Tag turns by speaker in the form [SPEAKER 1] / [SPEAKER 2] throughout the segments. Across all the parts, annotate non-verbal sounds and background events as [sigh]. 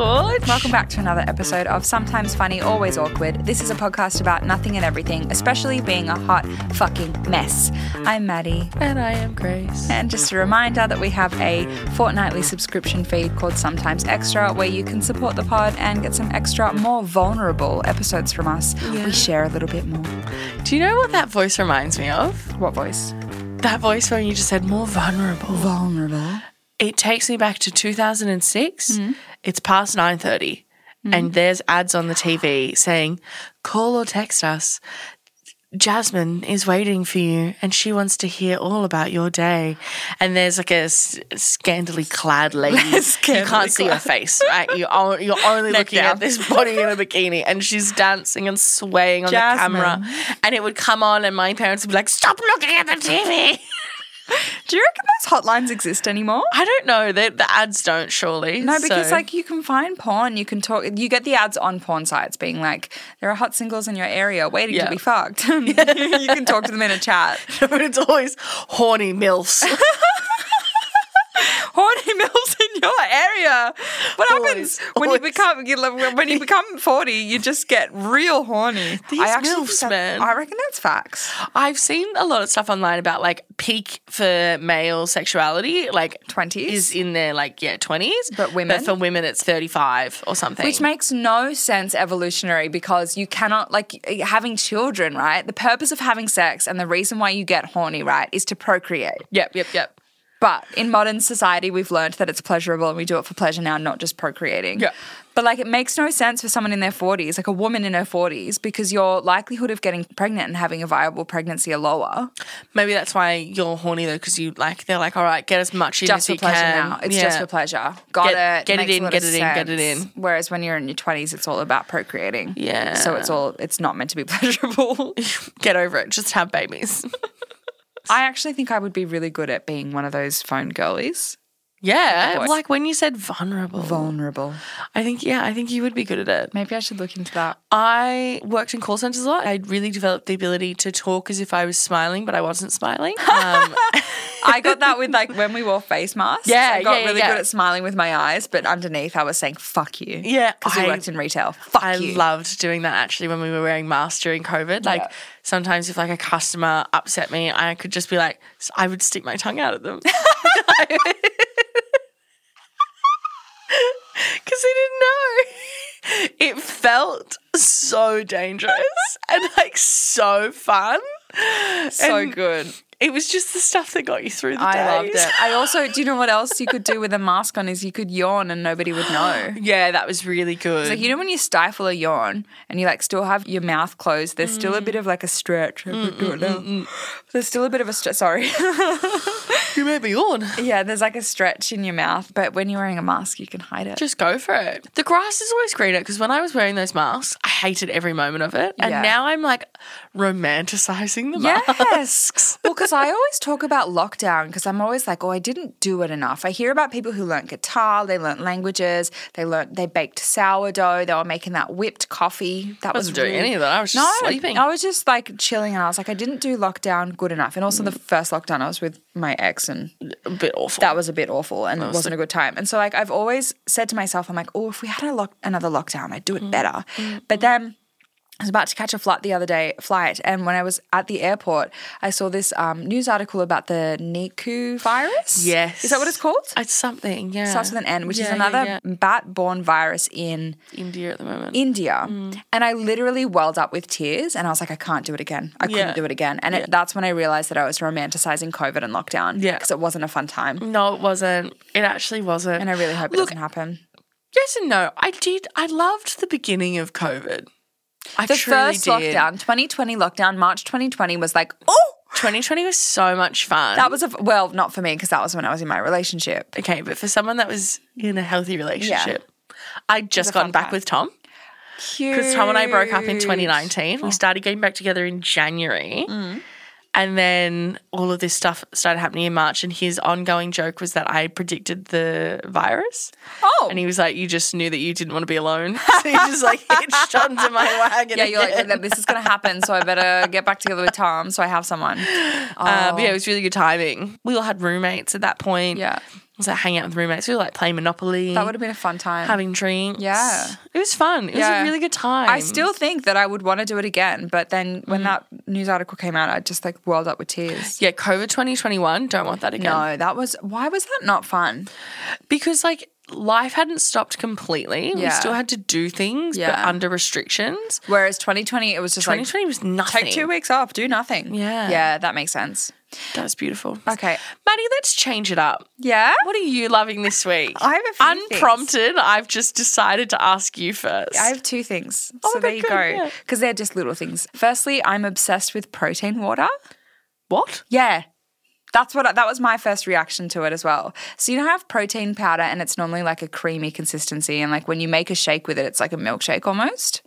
[SPEAKER 1] welcome back to another episode of Sometimes Funny, Always Awkward. This is a podcast about nothing and everything, especially being a hot fucking mess. I'm Maddie.
[SPEAKER 2] And I am Grace.
[SPEAKER 1] And just a reminder that we have a fortnightly subscription feed called Sometimes Extra, where you can support the pod and get some extra, more vulnerable episodes from us. We share a little bit more.
[SPEAKER 2] Do you know what that voice reminds me of?
[SPEAKER 1] What voice?
[SPEAKER 2] That voice where you just said more vulnerable.
[SPEAKER 1] Vulnerable.
[SPEAKER 2] It takes me back to 2006. It's past 9:30 and there's ads on the TV saying call or text us. Jasmine is waiting for you and she wants to hear all about your day. And there's like a s- scantily [laughs] clad lady. you
[SPEAKER 1] Scantily
[SPEAKER 2] can't see her face, right? You're, on- you're [laughs] only looking at this body in a bikini and she's dancing and swaying on
[SPEAKER 1] Jasmine.
[SPEAKER 2] the camera. And it would come on and my parents would be like, stop looking at the TV.
[SPEAKER 1] Do you reckon those hotlines exist anymore?
[SPEAKER 2] I don't know. The, the ads don't, surely.
[SPEAKER 1] No, because
[SPEAKER 2] so-
[SPEAKER 1] like you can find porn, you can talk, you get the ads on porn sites being like, there are hot singles in your area waiting
[SPEAKER 2] Yeah.
[SPEAKER 1] to be [laughs] fucked. you can talk to them in a chat.
[SPEAKER 2] [laughs] but it's always horny milfs.
[SPEAKER 1] Horny [laughs] mills in your area. What happens
[SPEAKER 2] Always,
[SPEAKER 1] when
[SPEAKER 2] always.
[SPEAKER 1] you become you love- when you become forty? You just get real horny.
[SPEAKER 2] These
[SPEAKER 1] think
[SPEAKER 2] milfs,
[SPEAKER 1] that-
[SPEAKER 2] man.
[SPEAKER 1] I reckon that's facts.
[SPEAKER 2] [laughs] I've seen a lot of stuff online about like peak for male sexuality, like
[SPEAKER 1] 20s?
[SPEAKER 2] is in their like yeah twenties,
[SPEAKER 1] But women?
[SPEAKER 2] But for women, it's thirty five or something.
[SPEAKER 1] Which makes no sense evolutionary because you cannot, like, having children, right? The purpose of having sex and the reason why you get horny, right, is to procreate.
[SPEAKER 2] yep, yep, yep.
[SPEAKER 1] But in modern society, we've learned that it's pleasurable and we do it for pleasure now, not just procreating.
[SPEAKER 2] Yeah.
[SPEAKER 1] But like, it makes no sense for someone in their 40s, like a woman in her 40s, because your likelihood of getting pregnant and having a viable pregnancy are lower
[SPEAKER 2] Maybe that's why you're horny though, because you like they're like, all right, get as much in
[SPEAKER 1] just
[SPEAKER 2] as
[SPEAKER 1] for
[SPEAKER 2] you
[SPEAKER 1] pleasure
[SPEAKER 2] can.
[SPEAKER 1] now. It's
[SPEAKER 2] Yeah.
[SPEAKER 1] just for pleasure. Got
[SPEAKER 2] Get-
[SPEAKER 1] it.
[SPEAKER 2] get it
[SPEAKER 1] Makes a
[SPEAKER 2] in,
[SPEAKER 1] lot
[SPEAKER 2] get
[SPEAKER 1] of
[SPEAKER 2] it in, get it
[SPEAKER 1] sense.
[SPEAKER 2] in.
[SPEAKER 1] Whereas when you're in your 20s, it's all about procreating.
[SPEAKER 2] Yeah.
[SPEAKER 1] So it's all, it's not meant to be [laughs] pleasurable.
[SPEAKER 2] Get over it. Just have babies. [laughs]
[SPEAKER 1] I actually think I would be really good at being one of those phone girlies.
[SPEAKER 2] yeah,
[SPEAKER 1] Boy.
[SPEAKER 2] like when you said vulnerable,
[SPEAKER 1] Vulnerable.
[SPEAKER 2] I think yeah, I think you would be good at it.
[SPEAKER 1] Maybe I should look into that.
[SPEAKER 2] I worked in call centers a lot. I really developed the ability to talk as if I was smiling, but I wasn't [laughs] smiling. Um,
[SPEAKER 1] I got that with like when we wore face masks.
[SPEAKER 2] Yeah,
[SPEAKER 1] I got
[SPEAKER 2] yeah, yeah,
[SPEAKER 1] really
[SPEAKER 2] yeah.
[SPEAKER 1] good at smiling with my eyes, but underneath I was saying "fuck you."
[SPEAKER 2] Yeah,
[SPEAKER 1] because we
[SPEAKER 2] I-
[SPEAKER 1] worked in retail. Fuck
[SPEAKER 2] I
[SPEAKER 1] you.
[SPEAKER 2] loved doing that actually when we were wearing masks during COVID. Like
[SPEAKER 1] Yeah.
[SPEAKER 2] sometimes if like a customer upset me, I could just be like, s- I would stick my tongue out
[SPEAKER 1] [laughs]
[SPEAKER 2] at them. [laughs] Because they didn't know. It felt so dangerous and like so fun.
[SPEAKER 1] so
[SPEAKER 2] and-
[SPEAKER 1] good.
[SPEAKER 2] It was just the stuff that got you through the day.
[SPEAKER 1] I loved it. I also, do you know what else you could do with a mask on? Is you could yawn and nobody would
[SPEAKER 2] [gasps]
[SPEAKER 1] know.
[SPEAKER 2] Yeah, that was [laughs] really good.
[SPEAKER 1] Like you know when you stifle a yawn and you like still have your mouth closed, there's still
[SPEAKER 2] Mm.
[SPEAKER 1] a bit of like a stretch. I could do it now. There's still a bit of a stretch. Sorry. [laughs]
[SPEAKER 2] [laughs] you made me yawn.
[SPEAKER 1] yeah, there's like a stretch in your mouth, but when you're wearing a mask, you can hide it.
[SPEAKER 2] Just go for it. The grass is always greener because when I was wearing those masks, I hated every moment of it. And
[SPEAKER 1] Yeah.
[SPEAKER 2] now I'm like romanticizing the [laughs] mask.
[SPEAKER 1] Yes. [laughs] well, because I always talk about lockdown because I'm always like, oh, I didn't do it enough. I hear about people who learnt guitar, they learnt languages, they learnt they baked sourdough, they were making that whipped coffee. That was
[SPEAKER 2] wasn't doing
[SPEAKER 1] really-
[SPEAKER 2] any of that. I was just
[SPEAKER 1] no,
[SPEAKER 2] sleeping.
[SPEAKER 1] I was just like chilling, and I was like, I didn't do lockdown good enough. And also, the
[SPEAKER 2] Mm.
[SPEAKER 1] first lockdown, I was with my ex, and
[SPEAKER 2] A bit awful.
[SPEAKER 1] that was a bit awful and it wasn't a good time. And so like I've always said to myself, I'm like, oh, if we had a lock- another lockdown, I'd do
[SPEAKER 2] Mm.
[SPEAKER 1] it better. But then I was about to catch a flight the other day, flight, and when I was at the airport, I saw this um, news article about the Niku virus.
[SPEAKER 2] yes.
[SPEAKER 1] is that what it's called?
[SPEAKER 2] It's something. Yeah.
[SPEAKER 1] Starts with an N, which
[SPEAKER 2] Yeah,
[SPEAKER 1] is
[SPEAKER 2] yeah,
[SPEAKER 1] another
[SPEAKER 2] yeah.
[SPEAKER 1] bat-borne virus in
[SPEAKER 2] India at the moment.
[SPEAKER 1] India.
[SPEAKER 2] Mm.
[SPEAKER 1] And I literally welled up with tears and I was like, I can't do it again. I
[SPEAKER 2] Yeah.
[SPEAKER 1] couldn't do it again. And it, that's when I realized that I was romanticizing COVID and lockdown
[SPEAKER 2] Yeah.
[SPEAKER 1] because it wasn't a fun time.
[SPEAKER 2] no, it wasn't. It actually wasn't.
[SPEAKER 1] And I really hope it
[SPEAKER 2] Look,
[SPEAKER 1] doesn't happen.
[SPEAKER 2] Yes and no. I did. I loved the beginning of COVID. I
[SPEAKER 1] The
[SPEAKER 2] truly
[SPEAKER 1] first
[SPEAKER 2] did.
[SPEAKER 1] lockdown, 2020 lockdown, March 2020 was like, oh,
[SPEAKER 2] 2020 was so much fun.
[SPEAKER 1] that was a, well, not for me because that was when I was in my relationship.
[SPEAKER 2] okay, but for someone that was in a healthy relationship, I'd just
[SPEAKER 1] a fun
[SPEAKER 2] gotten back
[SPEAKER 1] time.
[SPEAKER 2] with Tom.
[SPEAKER 1] Cute.
[SPEAKER 2] because Tom and I broke up in 2019.
[SPEAKER 1] Oh.
[SPEAKER 2] We started getting back together in January.
[SPEAKER 1] Mm.
[SPEAKER 2] And then all of this stuff started happening in March. And his ongoing joke was that I predicted the virus.
[SPEAKER 1] Oh.
[SPEAKER 2] And he was like, You just knew that you didn't want to be alone. [laughs] So you
[SPEAKER 1] [laughs]
[SPEAKER 2] just like hitched onto my wagon.
[SPEAKER 1] yeah, you're
[SPEAKER 2] again.
[SPEAKER 1] like, this is going to happen. So I better get back together with Tom so I have someone.
[SPEAKER 2] Um, Uh, but yeah, it was really good timing. We all had roommates at that point.
[SPEAKER 1] "Oh." Yeah.
[SPEAKER 2] was like hanging out with roommates. We were like playing Monopoly.
[SPEAKER 1] That would have been a fun time.
[SPEAKER 2] having drinks.
[SPEAKER 1] Yeah.
[SPEAKER 2] It was fun. It was
[SPEAKER 1] Yeah.
[SPEAKER 2] a really good time.
[SPEAKER 1] I still think that I would want to do it again, but then
[SPEAKER 2] Mm.
[SPEAKER 1] when that news article came out, I just like welled up with tears.
[SPEAKER 2] Yeah, COVID 2021, don't want that again.
[SPEAKER 1] No, that was why was that not fun?
[SPEAKER 2] Because like life hadn't stopped completely. We
[SPEAKER 1] Yeah.
[SPEAKER 2] still had to do things, but
[SPEAKER 1] Yeah.
[SPEAKER 2] under restrictions.
[SPEAKER 1] Whereas 2020, it was just like
[SPEAKER 2] 2020 was nothing.
[SPEAKER 1] take two weeks off, do nothing.
[SPEAKER 2] Yeah.
[SPEAKER 1] yeah, that makes sense.
[SPEAKER 2] That's beautiful.
[SPEAKER 1] Okay.
[SPEAKER 2] Maddie, let's change it up.
[SPEAKER 1] Yeah,
[SPEAKER 2] What are you loving this week?
[SPEAKER 1] I have a few
[SPEAKER 2] Unprompted, I've just decided to ask you first.
[SPEAKER 1] I have two things.
[SPEAKER 2] Oh
[SPEAKER 1] so
[SPEAKER 2] my
[SPEAKER 1] there you
[SPEAKER 2] God, good,
[SPEAKER 1] go.
[SPEAKER 2] yeah.
[SPEAKER 1] Because they're just little things. Firstly, I'm obsessed with protein water.
[SPEAKER 2] what?
[SPEAKER 1] Yeah. That's what I- that was my first reaction to it as well. So you know, I have protein powder, and it's normally like a creamy consistency, and like when you make a shake with it, it's like a milkshake almost.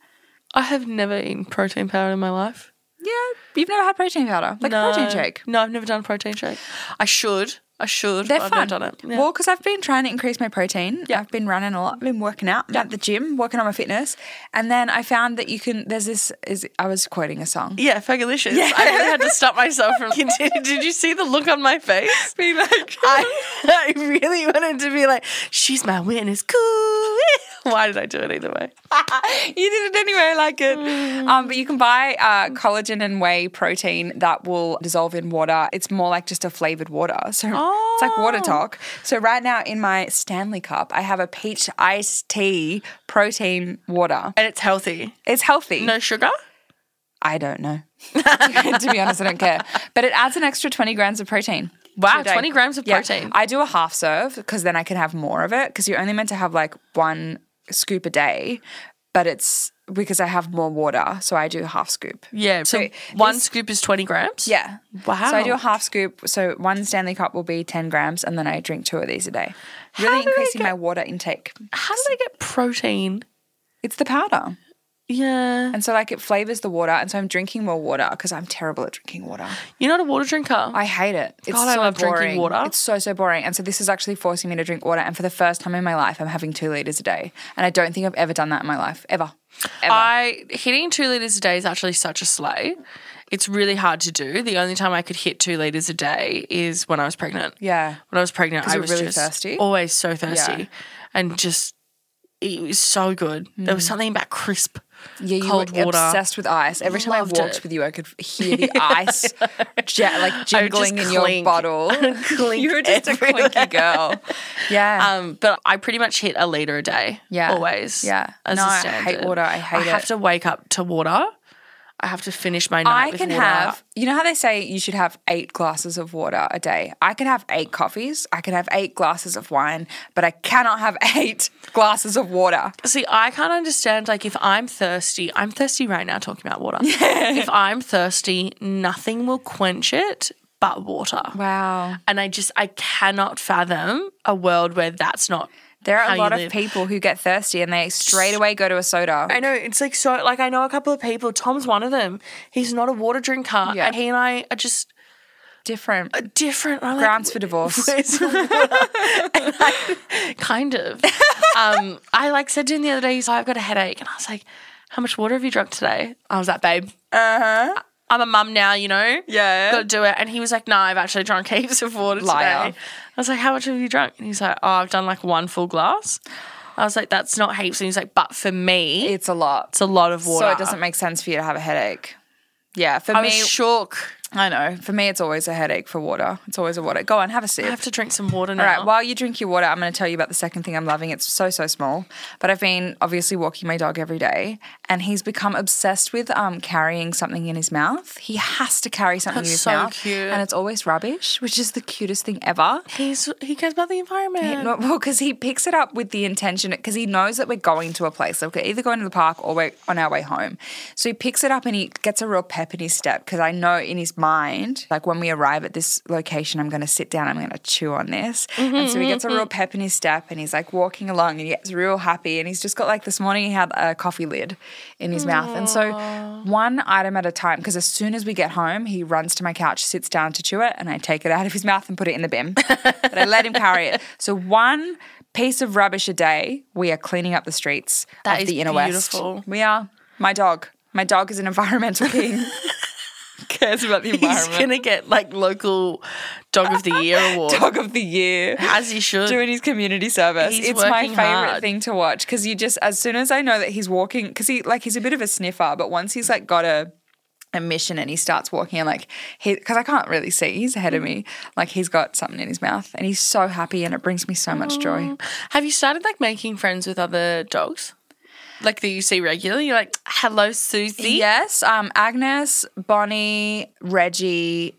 [SPEAKER 2] I have never eaten protein powder in my life.
[SPEAKER 1] Yeah, you've never had protein powder, like a protein shake.
[SPEAKER 2] No, I've never done a protein shake. I should. I should.
[SPEAKER 1] They're
[SPEAKER 2] but
[SPEAKER 1] fun.
[SPEAKER 2] I've never done it. Yeah.
[SPEAKER 1] Well, because I've been trying to increase my protein. I've been running a lot. I've been working out I'm at the gym, working on my fitness, and then I found that you can. There's this. Is I was quoting a song.
[SPEAKER 2] Yeah, Fagalicious. I really had to stop myself from continuing. [laughs] Did you see the look on my face?
[SPEAKER 1] Be like,
[SPEAKER 2] [laughs] I, I really wanted to be like, she's my witness. Cool. [laughs] Why did I do it either way?
[SPEAKER 1] [laughs] you did it anyway. I like it. Um, but you can buy uh, collagen and whey protein that will dissolve in water. It's more like just a flavored water. So it's like water talk. So right now in my Stanley cup, I have a peach iced tea protein water.
[SPEAKER 2] And it's healthy.
[SPEAKER 1] It's healthy.
[SPEAKER 2] No sugar?
[SPEAKER 1] I don't know. [laughs] to be honest, I don't care. But it adds an extra 20 grams of protein.
[SPEAKER 2] Wow,
[SPEAKER 1] to a day.
[SPEAKER 2] 20 grams of
[SPEAKER 1] Yeah.
[SPEAKER 2] protein.
[SPEAKER 1] I do a half serve because then I can have more of it because you're only meant to have like one scoop a day, but it's because I have more water. So I do half scoop.
[SPEAKER 2] Yeah. So
[SPEAKER 1] So
[SPEAKER 2] one scoop is 20 grams?
[SPEAKER 1] Yeah.
[SPEAKER 2] Wow.
[SPEAKER 1] So I do a half scoop. So one Stanley cup will be 10 grams and then I drink two of these a day.
[SPEAKER 2] How
[SPEAKER 1] Really
[SPEAKER 2] do they
[SPEAKER 1] increasing
[SPEAKER 2] get-
[SPEAKER 1] my water intake.
[SPEAKER 2] How do they get protein?
[SPEAKER 1] It's the powder.
[SPEAKER 2] Yeah.
[SPEAKER 1] And so like it flavors the water. And so I'm drinking more water because I'm terrible at drinking water.
[SPEAKER 2] You're not a water drinker.
[SPEAKER 1] I hate it. It's
[SPEAKER 2] God, I
[SPEAKER 1] so
[SPEAKER 2] love
[SPEAKER 1] boring.
[SPEAKER 2] drinking water.
[SPEAKER 1] It's so so boring. And so this is actually forcing me to drink water. And for the first time in my life, I'm having two liters a day. And I don't think I've ever done that in my life ever. Ever.
[SPEAKER 2] I hitting two liters a day is actually such a slay. It's really hard to do. The only time I could hit two liters a day is when I was pregnant.
[SPEAKER 1] yeah.
[SPEAKER 2] When I was pregnant, I
[SPEAKER 1] you're
[SPEAKER 2] was
[SPEAKER 1] really
[SPEAKER 2] just
[SPEAKER 1] thirsty?
[SPEAKER 2] always so thirsty,
[SPEAKER 1] Yeah.
[SPEAKER 2] and just it was so good. There was something about crisp,
[SPEAKER 1] Yeah, you
[SPEAKER 2] cold
[SPEAKER 1] were
[SPEAKER 2] water.
[SPEAKER 1] obsessed with ice. Every time I
[SPEAKER 2] Loved
[SPEAKER 1] walked
[SPEAKER 2] it.
[SPEAKER 1] with you, I could hear
[SPEAKER 2] [laughs]
[SPEAKER 1] the ice jet, like
[SPEAKER 2] I would just
[SPEAKER 1] jingling in your
[SPEAKER 2] clink. [laughs]
[SPEAKER 1] bottle.
[SPEAKER 2] Clink
[SPEAKER 1] you were just
[SPEAKER 2] everywhere.
[SPEAKER 1] a clinky girl. Yeah.
[SPEAKER 2] [laughs] Um, but I pretty much hit a liter a day.
[SPEAKER 1] Yeah.
[SPEAKER 2] always.
[SPEAKER 1] Yeah.
[SPEAKER 2] as
[SPEAKER 1] No,
[SPEAKER 2] a
[SPEAKER 1] I hate
[SPEAKER 2] standard.
[SPEAKER 1] water. I hate
[SPEAKER 2] I have
[SPEAKER 1] it.
[SPEAKER 2] to wake up to water. I have to finish my night.
[SPEAKER 1] I
[SPEAKER 2] with
[SPEAKER 1] can
[SPEAKER 2] water.
[SPEAKER 1] have, you know how they say you should have eight glasses of water a day? I could have eight coffees, I could have eight glasses of wine, but I cannot have [laughs] eight glasses of water.
[SPEAKER 2] See, I can't understand. Like, if I'm thirsty, I'm thirsty right now talking about [laughs] water. if I'm thirsty, nothing will quench it but water.
[SPEAKER 1] Wow.
[SPEAKER 2] And I just, I cannot fathom a world where that's not.
[SPEAKER 1] There
[SPEAKER 2] how
[SPEAKER 1] are a
[SPEAKER 2] you
[SPEAKER 1] lot
[SPEAKER 2] live.
[SPEAKER 1] of people who get thirsty and they straight away go to a soda.
[SPEAKER 2] I know it's like so. Like I know a couple of people. Tom's one of them. He's not a water drinker,
[SPEAKER 1] Yeah.
[SPEAKER 2] and he and I are just
[SPEAKER 1] Different.
[SPEAKER 2] different. I'm like,
[SPEAKER 1] Grounds for
[SPEAKER 2] [laughs]
[SPEAKER 1] divorce.
[SPEAKER 2] Where's the water? And I- kind of. Um, I like said to him the other day, he's like, I've got a headache. And I was like, How much water have you drunk today? I was like, Babe,
[SPEAKER 1] Uh-huh.
[SPEAKER 2] I'm a mum now, you know?
[SPEAKER 1] Yeah.
[SPEAKER 2] Gotta do it. And he was like, No, I've actually drunk [laughs] heaps of water
[SPEAKER 1] Liar.
[SPEAKER 2] today. I was like, How much have you drunk? And he's like, Oh, I've done like one full glass. I was like, That's not heaps. And he's like, But for me, it's,
[SPEAKER 1] It's a lot.
[SPEAKER 2] a lot of water.
[SPEAKER 1] So it doesn't make sense for you to have a headache. Yeah, for
[SPEAKER 2] I
[SPEAKER 1] me,
[SPEAKER 2] was shook.
[SPEAKER 1] I know. For me, it's always a headache for water. It's always a water. Go on, have a sip.
[SPEAKER 2] I have to drink some water now.
[SPEAKER 1] All right, while you drink your water, I'm going to tell you about the second thing I'm loving. It's so, so small, but I've been obviously walking my dog every day, and he's become obsessed with um, carrying something in his mouth. He has to carry something in
[SPEAKER 2] That's
[SPEAKER 1] his
[SPEAKER 2] so
[SPEAKER 1] mouth.
[SPEAKER 2] cute.
[SPEAKER 1] And it's always rubbish, which is the cutest thing ever.
[SPEAKER 2] He's, he cares about the environment.
[SPEAKER 1] No, [laughs] well, because he picks it up with the intention, because he knows that we're going to a place. So we're either going to the park or we're on our way home. So he picks it up and he gets a real pep in his step because I know in his mind, like when we arrive at this location, I'm going to sit down, I'm going to chew on this. and so he gets a real pep in his step and he's like walking along and he gets real happy. And he's just got like this morning, he had a coffee lid in his mouth. And so one item at a time, because as soon as we get home, he runs to my couch, sits down to chew it, and I take it out of his mouth and put it in the bin. but I let him carry
[SPEAKER 2] [laughs]
[SPEAKER 1] it. So one piece of rubbish a day, we are cleaning up the streets
[SPEAKER 2] That
[SPEAKER 1] of
[SPEAKER 2] is
[SPEAKER 1] the inner
[SPEAKER 2] beautiful.
[SPEAKER 1] west. We are. My dog. My dog
[SPEAKER 2] [laughs]
[SPEAKER 1] is an environmental king. Cares about the
[SPEAKER 2] He's gonna get like local Dog of the
[SPEAKER 1] [laughs]
[SPEAKER 2] Year award,
[SPEAKER 1] Dog of the Year.
[SPEAKER 2] as he should.
[SPEAKER 1] [laughs] doing his community service.
[SPEAKER 2] He's
[SPEAKER 1] it's my
[SPEAKER 2] working
[SPEAKER 1] favorite
[SPEAKER 2] hard.
[SPEAKER 1] thing to watch because you just as soon as I know that he's walking because he like he's a bit of a sniffer, but once he's like got a a mission and he starts walking and like he because I can't really see he's ahead of me like he's got something in his mouth and he's so happy and it brings me so much joy.
[SPEAKER 2] Have you started like making friends with other dogs? Like that you see regularly? You're like, hello, Susie.
[SPEAKER 1] Yes, um, Agnes, Bonnie, Reggie.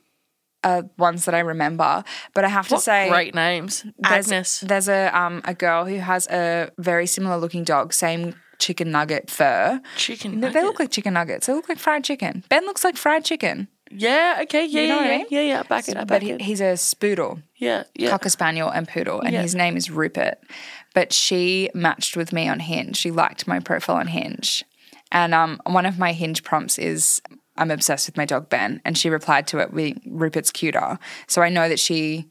[SPEAKER 1] Are ones that I remember, but I have to
[SPEAKER 2] What
[SPEAKER 1] say,
[SPEAKER 2] great names.
[SPEAKER 1] There's-
[SPEAKER 2] Agnes.
[SPEAKER 1] There's a um a girl who has a very similar looking dog, same chicken nugget fur.
[SPEAKER 2] Chicken.
[SPEAKER 1] No, They
[SPEAKER 2] nugget.
[SPEAKER 1] look like chicken nuggets. They look like fried chicken. Ben looks like fried chicken,
[SPEAKER 2] Yeah, okay, yeah,
[SPEAKER 1] You know
[SPEAKER 2] yeah,
[SPEAKER 1] what I
[SPEAKER 2] yeah,
[SPEAKER 1] mean?
[SPEAKER 2] yeah, yeah. Back it up.
[SPEAKER 1] but
[SPEAKER 2] Back
[SPEAKER 1] he,
[SPEAKER 2] it.
[SPEAKER 1] he's a spoodle,
[SPEAKER 2] Yeah, yeah.
[SPEAKER 1] cocker spaniel, and poodle, and
[SPEAKER 2] Yeah.
[SPEAKER 1] his name is Rupert. But she matched with me on Hinge. She liked my profile on Hinge, and um, one of my Hinge prompts is. I'm obsessed with my dog Ben, and she replied to it with Rupert's cuter. So I know that she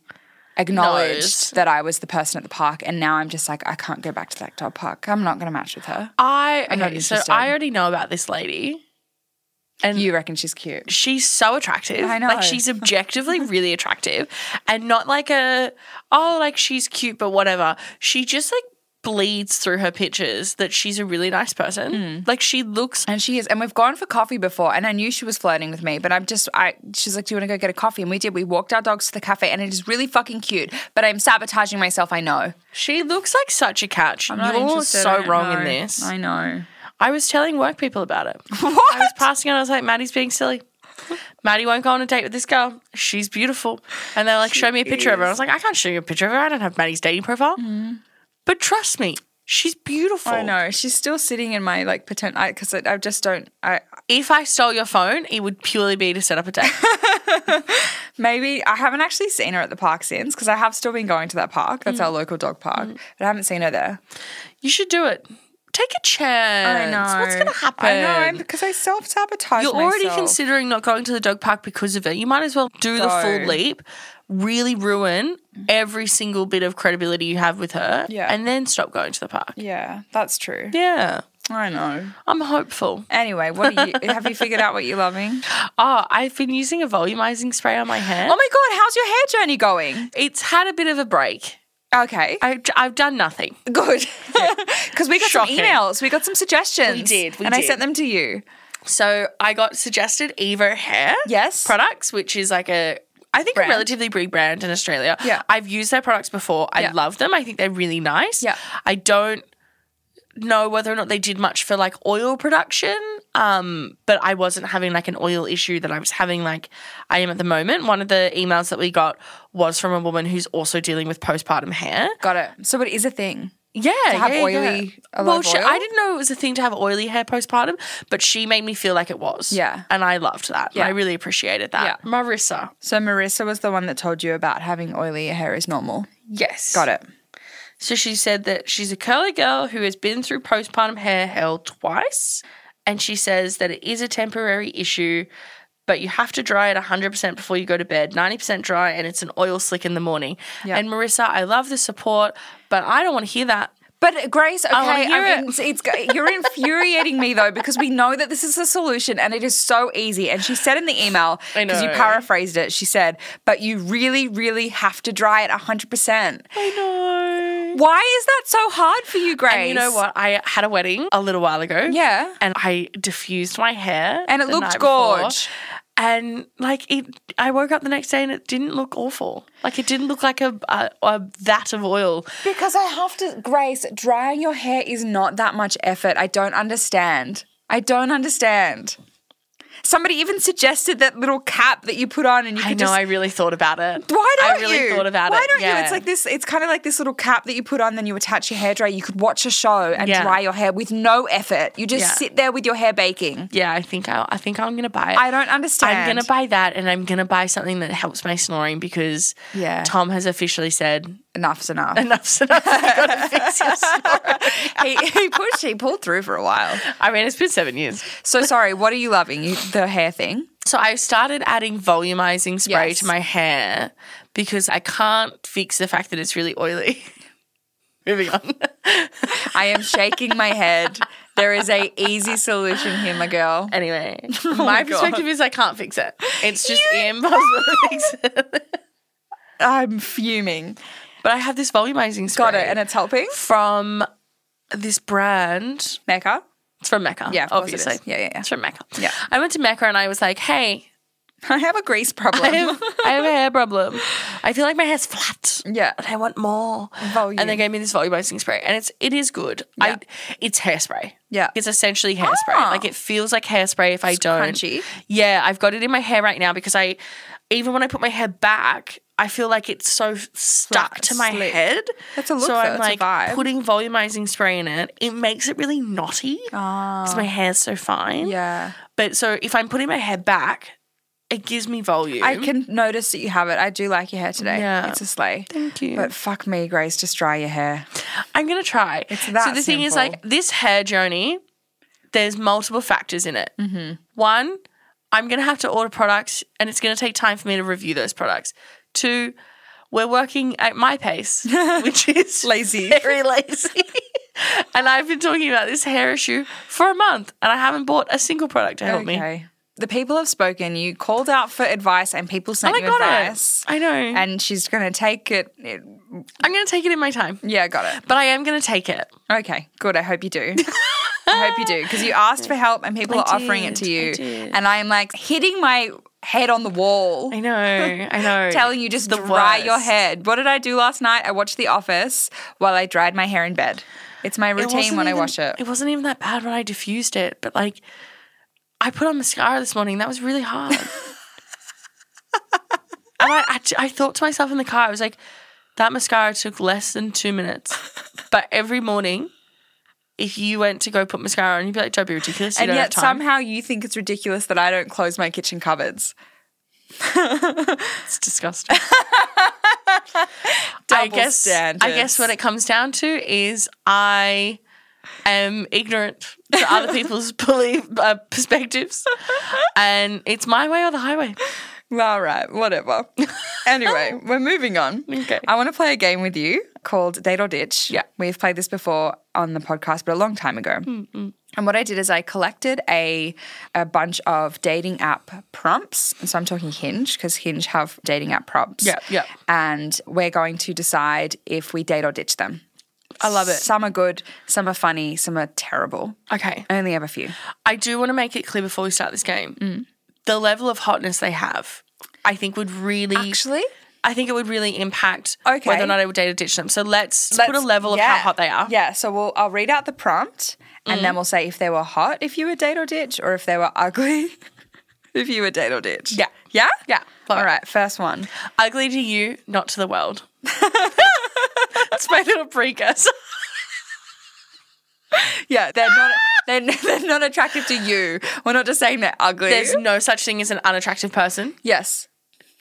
[SPEAKER 1] acknowledged
[SPEAKER 2] Knows.
[SPEAKER 1] that I was the person at the park, and now I'm just like, I can't go back to that dog park. I'm not going to match with her.
[SPEAKER 2] I
[SPEAKER 1] not
[SPEAKER 2] okay, so
[SPEAKER 1] interested.
[SPEAKER 2] I already know about this lady. And
[SPEAKER 1] You reckon she's cute?
[SPEAKER 2] she's so attractive.
[SPEAKER 1] I know. [laughs]
[SPEAKER 2] Like she's objectively really attractive and not like a oh like she's cute but whatever. She just like bleeds through her pictures that she's a really nice person.
[SPEAKER 1] Hmm.
[SPEAKER 2] Like she looks
[SPEAKER 1] And she is. And we've gone for coffee before. And I knew she was flirting with me, but I'm just, I, she's like, Do you want to go get a coffee? And we did. We walked our dogs to the cafe, and it is really fucking cute. But I'm sabotaging myself, I know.
[SPEAKER 2] she looks like such a catch. You're so wrong in this. I,
[SPEAKER 1] know.
[SPEAKER 2] was telling work people
[SPEAKER 1] [laughs]
[SPEAKER 2] about it. What? I was passing and I was like, Maddie's being silly. Maddie won't go on a date with this girl. She's beautiful. And they're like, show me a picture of her. I was like, I can't show you a picture of her. I don't have Maddie's dating profile. But trust me, she's beautiful.
[SPEAKER 1] Hmm. I know. She's still sitting in my, like, pretend, because I, I just don't, I,
[SPEAKER 2] If I stole your phone, it would purely be to set up
[SPEAKER 1] [laughs]
[SPEAKER 2] a date.
[SPEAKER 1] maybe, I haven't actually seen her at the park since, because I have still been going to that park. That's our local dog park. But I haven't seen her there.
[SPEAKER 2] you should do it. Take a chance. What's going to happen?
[SPEAKER 1] I know, I'm- because I self sabotage
[SPEAKER 2] You're already considering not going to the dog park because of it. You might as well do the full
[SPEAKER 1] Go.
[SPEAKER 2] leap, really ruin every single bit of credibility you have with her,
[SPEAKER 1] Yeah.
[SPEAKER 2] and then stop going to the park.
[SPEAKER 1] Yeah, that's true.
[SPEAKER 2] Yeah,
[SPEAKER 1] I know.
[SPEAKER 2] I'm hopeful.
[SPEAKER 1] Anyway, what are you, have you figured out what you're loving?
[SPEAKER 2] Oh, I've been using a volumizing spray on my hand.
[SPEAKER 1] Oh my god, how's your hair journey going?
[SPEAKER 2] It's had a bit of a break.
[SPEAKER 1] Okay,
[SPEAKER 2] I, I've done nothing.
[SPEAKER 1] [laughs] good. Because we got
[SPEAKER 2] Uh, Shocking.
[SPEAKER 1] some emails, we got some suggestions.
[SPEAKER 2] We did, we
[SPEAKER 1] and I
[SPEAKER 2] did.
[SPEAKER 1] sent them to you.
[SPEAKER 2] So I got suggested Evo Hair.
[SPEAKER 1] Yes.
[SPEAKER 2] products, which is like a I think
[SPEAKER 1] Brand.
[SPEAKER 2] a relatively big brand in Australia.
[SPEAKER 1] Yeah.
[SPEAKER 2] I've used their products before. I
[SPEAKER 1] Yeah.
[SPEAKER 2] love them. I think they're really nice.
[SPEAKER 1] Yeah.
[SPEAKER 2] I don't know whether or not they did much for like oil production. Um, but I wasn't having like an oil issue that I was having like I am at the moment. One of the emails that we got was from a woman who's also dealing with postpartum hair.
[SPEAKER 1] Got it. So it is a thing.
[SPEAKER 2] Yeah,
[SPEAKER 1] have
[SPEAKER 2] yeah,
[SPEAKER 1] oily-
[SPEAKER 2] Yeah.
[SPEAKER 1] a lot
[SPEAKER 2] Well,
[SPEAKER 1] of
[SPEAKER 2] she-
[SPEAKER 1] oil?
[SPEAKER 2] I didn't know it was a thing to have oily hair postpartum, but she made me feel like it was.
[SPEAKER 1] Yeah.
[SPEAKER 2] and I loved that.
[SPEAKER 1] Yeah.
[SPEAKER 2] I really appreciated that.
[SPEAKER 1] Yeah.
[SPEAKER 2] Marissa,
[SPEAKER 1] So Marissa was the one that told you about having oily hair is normal.
[SPEAKER 2] yes,
[SPEAKER 1] Got it.
[SPEAKER 2] So she said that she's a curly girl who has been through postpartum hair hell twice, and she says that it is a temporary issue. But you have to dry it 100% before you go to bed, 90% dry, and it's an oil slick in the morning.
[SPEAKER 1] Yeah.
[SPEAKER 2] And Marissa, I love the support, but I don't want to hear that.
[SPEAKER 1] But uh, Grace, okay,
[SPEAKER 2] wanna
[SPEAKER 1] I
[SPEAKER 2] hear
[SPEAKER 1] mean, it's,
[SPEAKER 2] it.
[SPEAKER 1] it's you're infuriating me though because we know that this is the solution and it is so easy. And she said in the email
[SPEAKER 2] [sighs] I
[SPEAKER 1] because you
[SPEAKER 2] know.
[SPEAKER 1] paraphrased it, she said, "But you really, really have to dry it 100." percent
[SPEAKER 2] I know.
[SPEAKER 1] Why is that so hard for you, Grace?
[SPEAKER 2] And you know what? I had a wedding a little while ago.
[SPEAKER 1] Yeah.
[SPEAKER 2] And I diffused my hair.
[SPEAKER 1] And it
[SPEAKER 2] the
[SPEAKER 1] looked
[SPEAKER 2] night before.
[SPEAKER 1] gorge.
[SPEAKER 2] And like it, I woke up the next day and it didn't look awful. Like it didn't look like a, a, a vat of oil.
[SPEAKER 1] Because I have to, Grace, drying your hair is not that much effort. I don't understand. I don't understand. Somebody even suggested that little cap that you put on and you
[SPEAKER 2] I
[SPEAKER 1] can
[SPEAKER 2] know.
[SPEAKER 1] just.
[SPEAKER 2] I really thought about it.
[SPEAKER 1] why don't
[SPEAKER 2] I really
[SPEAKER 1] you?
[SPEAKER 2] thought about
[SPEAKER 1] Why
[SPEAKER 2] it.
[SPEAKER 1] don't you?
[SPEAKER 2] yeah.
[SPEAKER 1] It's like this. It's kind of like this little cap that you put on, then you attach your hair dryer. You could watch a show and
[SPEAKER 2] Yeah.
[SPEAKER 1] dry your hair with no effort. You just
[SPEAKER 2] Yeah.
[SPEAKER 1] sit there with your hair baking.
[SPEAKER 2] Yeah, I think I, I think I'm gonna buy it.
[SPEAKER 1] I don't understand.
[SPEAKER 2] I'm gonna buy that, and I'm gonna buy something that helps my snoring because
[SPEAKER 1] Yeah.
[SPEAKER 2] Tom has officially said [laughs]
[SPEAKER 1] Enough's enough. [laughs]
[SPEAKER 2] enough's enough. You've gotta fix your snoring.
[SPEAKER 1] he, he pushed. He pulled through for a while.
[SPEAKER 2] I mean, it's been seven years.
[SPEAKER 1] So sorry. What are you loving? You, the hair thing.
[SPEAKER 2] So I started adding volumizing spray
[SPEAKER 1] Yes.
[SPEAKER 2] to my hair because I can't fix the fact that it's really oily. [laughs] Moving on. [laughs]
[SPEAKER 1] I am shaking my head. There is a easy solution here, my girl. [laughs]
[SPEAKER 2] Anyway, my,
[SPEAKER 1] Oh my God. [laughs]
[SPEAKER 2] perspective is I can't fix it. It's just impossible to fix it.
[SPEAKER 1] I'm fuming.
[SPEAKER 2] But I have this volumizing spray.
[SPEAKER 1] Got it. And it's helping?
[SPEAKER 2] from this brand.
[SPEAKER 1] Mecca.
[SPEAKER 2] It's from Mecca.
[SPEAKER 1] Yeah, of course it is.
[SPEAKER 2] obviously.
[SPEAKER 1] Yeah, yeah, yeah.
[SPEAKER 2] It's from Mecca.
[SPEAKER 1] Yeah.
[SPEAKER 2] I went to Mecca and I was like, hey,
[SPEAKER 1] I have a grease problem.
[SPEAKER 2] I have, I have a hair problem. I feel like my hair's flat.
[SPEAKER 1] [laughs] Yeah.
[SPEAKER 2] And I want more.
[SPEAKER 1] Volume.
[SPEAKER 2] And they gave me this volumizing spray. And it's it is good.
[SPEAKER 1] Yeah.
[SPEAKER 2] I it's hairspray.
[SPEAKER 1] Yeah.
[SPEAKER 2] It's essentially hairspray.
[SPEAKER 1] Ah.
[SPEAKER 2] Like it feels like hairspray if I don't.
[SPEAKER 1] crunchy.
[SPEAKER 2] Yeah, I've got it in my hair right now because I even when I put my hair back, I feel like it's so stuck
[SPEAKER 1] Flat,
[SPEAKER 2] to my
[SPEAKER 1] slick.
[SPEAKER 2] head.
[SPEAKER 1] That's a look,
[SPEAKER 2] So
[SPEAKER 1] though.
[SPEAKER 2] I'm
[SPEAKER 1] It's a
[SPEAKER 2] like
[SPEAKER 1] vibe.
[SPEAKER 2] putting volumizing spray in it. It makes it really knotty because my hair's so fine.
[SPEAKER 1] Ah. yeah.
[SPEAKER 2] But so if I'm putting my hair back, it gives me volume.
[SPEAKER 1] I can notice that you have it. I do like your hair today.
[SPEAKER 2] Yeah.
[SPEAKER 1] It's a sleigh.
[SPEAKER 2] Thank you.
[SPEAKER 1] But fuck me, Grace, just dry your
[SPEAKER 2] [laughs]
[SPEAKER 1] hair.
[SPEAKER 2] I'm gonna try.
[SPEAKER 1] It's
[SPEAKER 2] so
[SPEAKER 1] that
[SPEAKER 2] the thing is,
[SPEAKER 1] simple.
[SPEAKER 2] like this hair journey, there's multiple factors in it. Mm-hmm. One, I'm gonna have to order products, and it's gonna take time for me to review those products. Two, we're working at
[SPEAKER 1] [laughs]
[SPEAKER 2] my pace, which is
[SPEAKER 1] Lazy. [laughs]
[SPEAKER 2] very lazy. and I've been talking about this hair issue for a month, and I haven't bought a single product to help me. And
[SPEAKER 1] okay. The people have spoken. You called out for advice and people sent
[SPEAKER 2] Oh I
[SPEAKER 1] you
[SPEAKER 2] got
[SPEAKER 1] advice.
[SPEAKER 2] it. Mm. I know.
[SPEAKER 1] And she's going to take it. it.
[SPEAKER 2] I'm gonna take it in my time,
[SPEAKER 1] Yeah, got it.
[SPEAKER 2] but I am gonna take it.
[SPEAKER 1] Okay, good. I hope you do. I hope you do. Because you asked
[SPEAKER 2] [laughs]
[SPEAKER 1] for help and people
[SPEAKER 2] I
[SPEAKER 1] are offering it
[SPEAKER 2] did,
[SPEAKER 1] to
[SPEAKER 2] I
[SPEAKER 1] you.
[SPEAKER 2] did.
[SPEAKER 1] and I'm like hitting my head on the wall.
[SPEAKER 2] I know.
[SPEAKER 1] [laughs]
[SPEAKER 2] I know.
[SPEAKER 1] telling you just dry your
[SPEAKER 2] worst.
[SPEAKER 1] head. What did I do last night? I watched The Office while I dried my hair in bed. It's my
[SPEAKER 2] It
[SPEAKER 1] routine
[SPEAKER 2] wasn't
[SPEAKER 1] when I
[SPEAKER 2] even-
[SPEAKER 1] wash it.
[SPEAKER 2] It wasn't even that bad when I diffused it, but like I put on mascara this morning. That was
[SPEAKER 1] [laughs]
[SPEAKER 2] really hard. and I, I, I thought to myself in the car, I was like, that mascara took less than two minutes. But every morning, if you went to go put mascara on, you'd be like, don't be ridiculous. You
[SPEAKER 1] And
[SPEAKER 2] don't
[SPEAKER 1] yet
[SPEAKER 2] have time.
[SPEAKER 1] somehow you think it's ridiculous that I don't close my kitchen cupboards.
[SPEAKER 2] It's
[SPEAKER 1] [laughs]
[SPEAKER 2] disgusting. I
[SPEAKER 1] Double
[SPEAKER 2] guess I
[SPEAKER 1] standards.
[SPEAKER 2] guess what it comes down to is I am ignorant to
[SPEAKER 1] [laughs]
[SPEAKER 2] other people's belief uh, perspectives, and it's my way or the highway.
[SPEAKER 1] All right, whatever. anyway, we're moving on.
[SPEAKER 2] Okay.
[SPEAKER 1] I want to play a game with you called Date or Ditch.
[SPEAKER 2] Yeah.
[SPEAKER 1] We've played this before on the podcast, but a long time ago. And what I did is I collected a a bunch of dating app prompts. And so I'm talking Hinge because Hinge have dating app prompts.
[SPEAKER 2] Yeah, yeah.
[SPEAKER 1] And we're going to decide if we date or ditch them. I love it. Some are good, some are funny, some are terrible.
[SPEAKER 2] Okay,
[SPEAKER 1] I only have a few.
[SPEAKER 2] I do want to make it clear before we start this game,
[SPEAKER 1] Mm.
[SPEAKER 2] the level of hotness they have, I think would really
[SPEAKER 1] Actually,
[SPEAKER 2] I think it would really impact
[SPEAKER 1] Okay.
[SPEAKER 2] whether or not I would date or ditch them. So let's, put a
[SPEAKER 1] Let's-
[SPEAKER 2] level of
[SPEAKER 1] yeah.
[SPEAKER 2] how hot they are. Mm.
[SPEAKER 1] Yeah, so we'll I'll read out the prompt and then we'll say if they were hot, if you were date or ditch, or if they were ugly, [laughs] if you were date or ditch.
[SPEAKER 2] Yeah.
[SPEAKER 1] Yeah?
[SPEAKER 2] Yeah.
[SPEAKER 1] All right, first one.
[SPEAKER 2] Ugly to you, not to
[SPEAKER 1] [laughs]
[SPEAKER 2] the world. That's my little precursor.
[SPEAKER 1] Yeah, they're not they're, [laughs] they're not attractive to you. We're not just saying they're ugly.
[SPEAKER 2] There's no such thing as an unattractive person.
[SPEAKER 1] yes.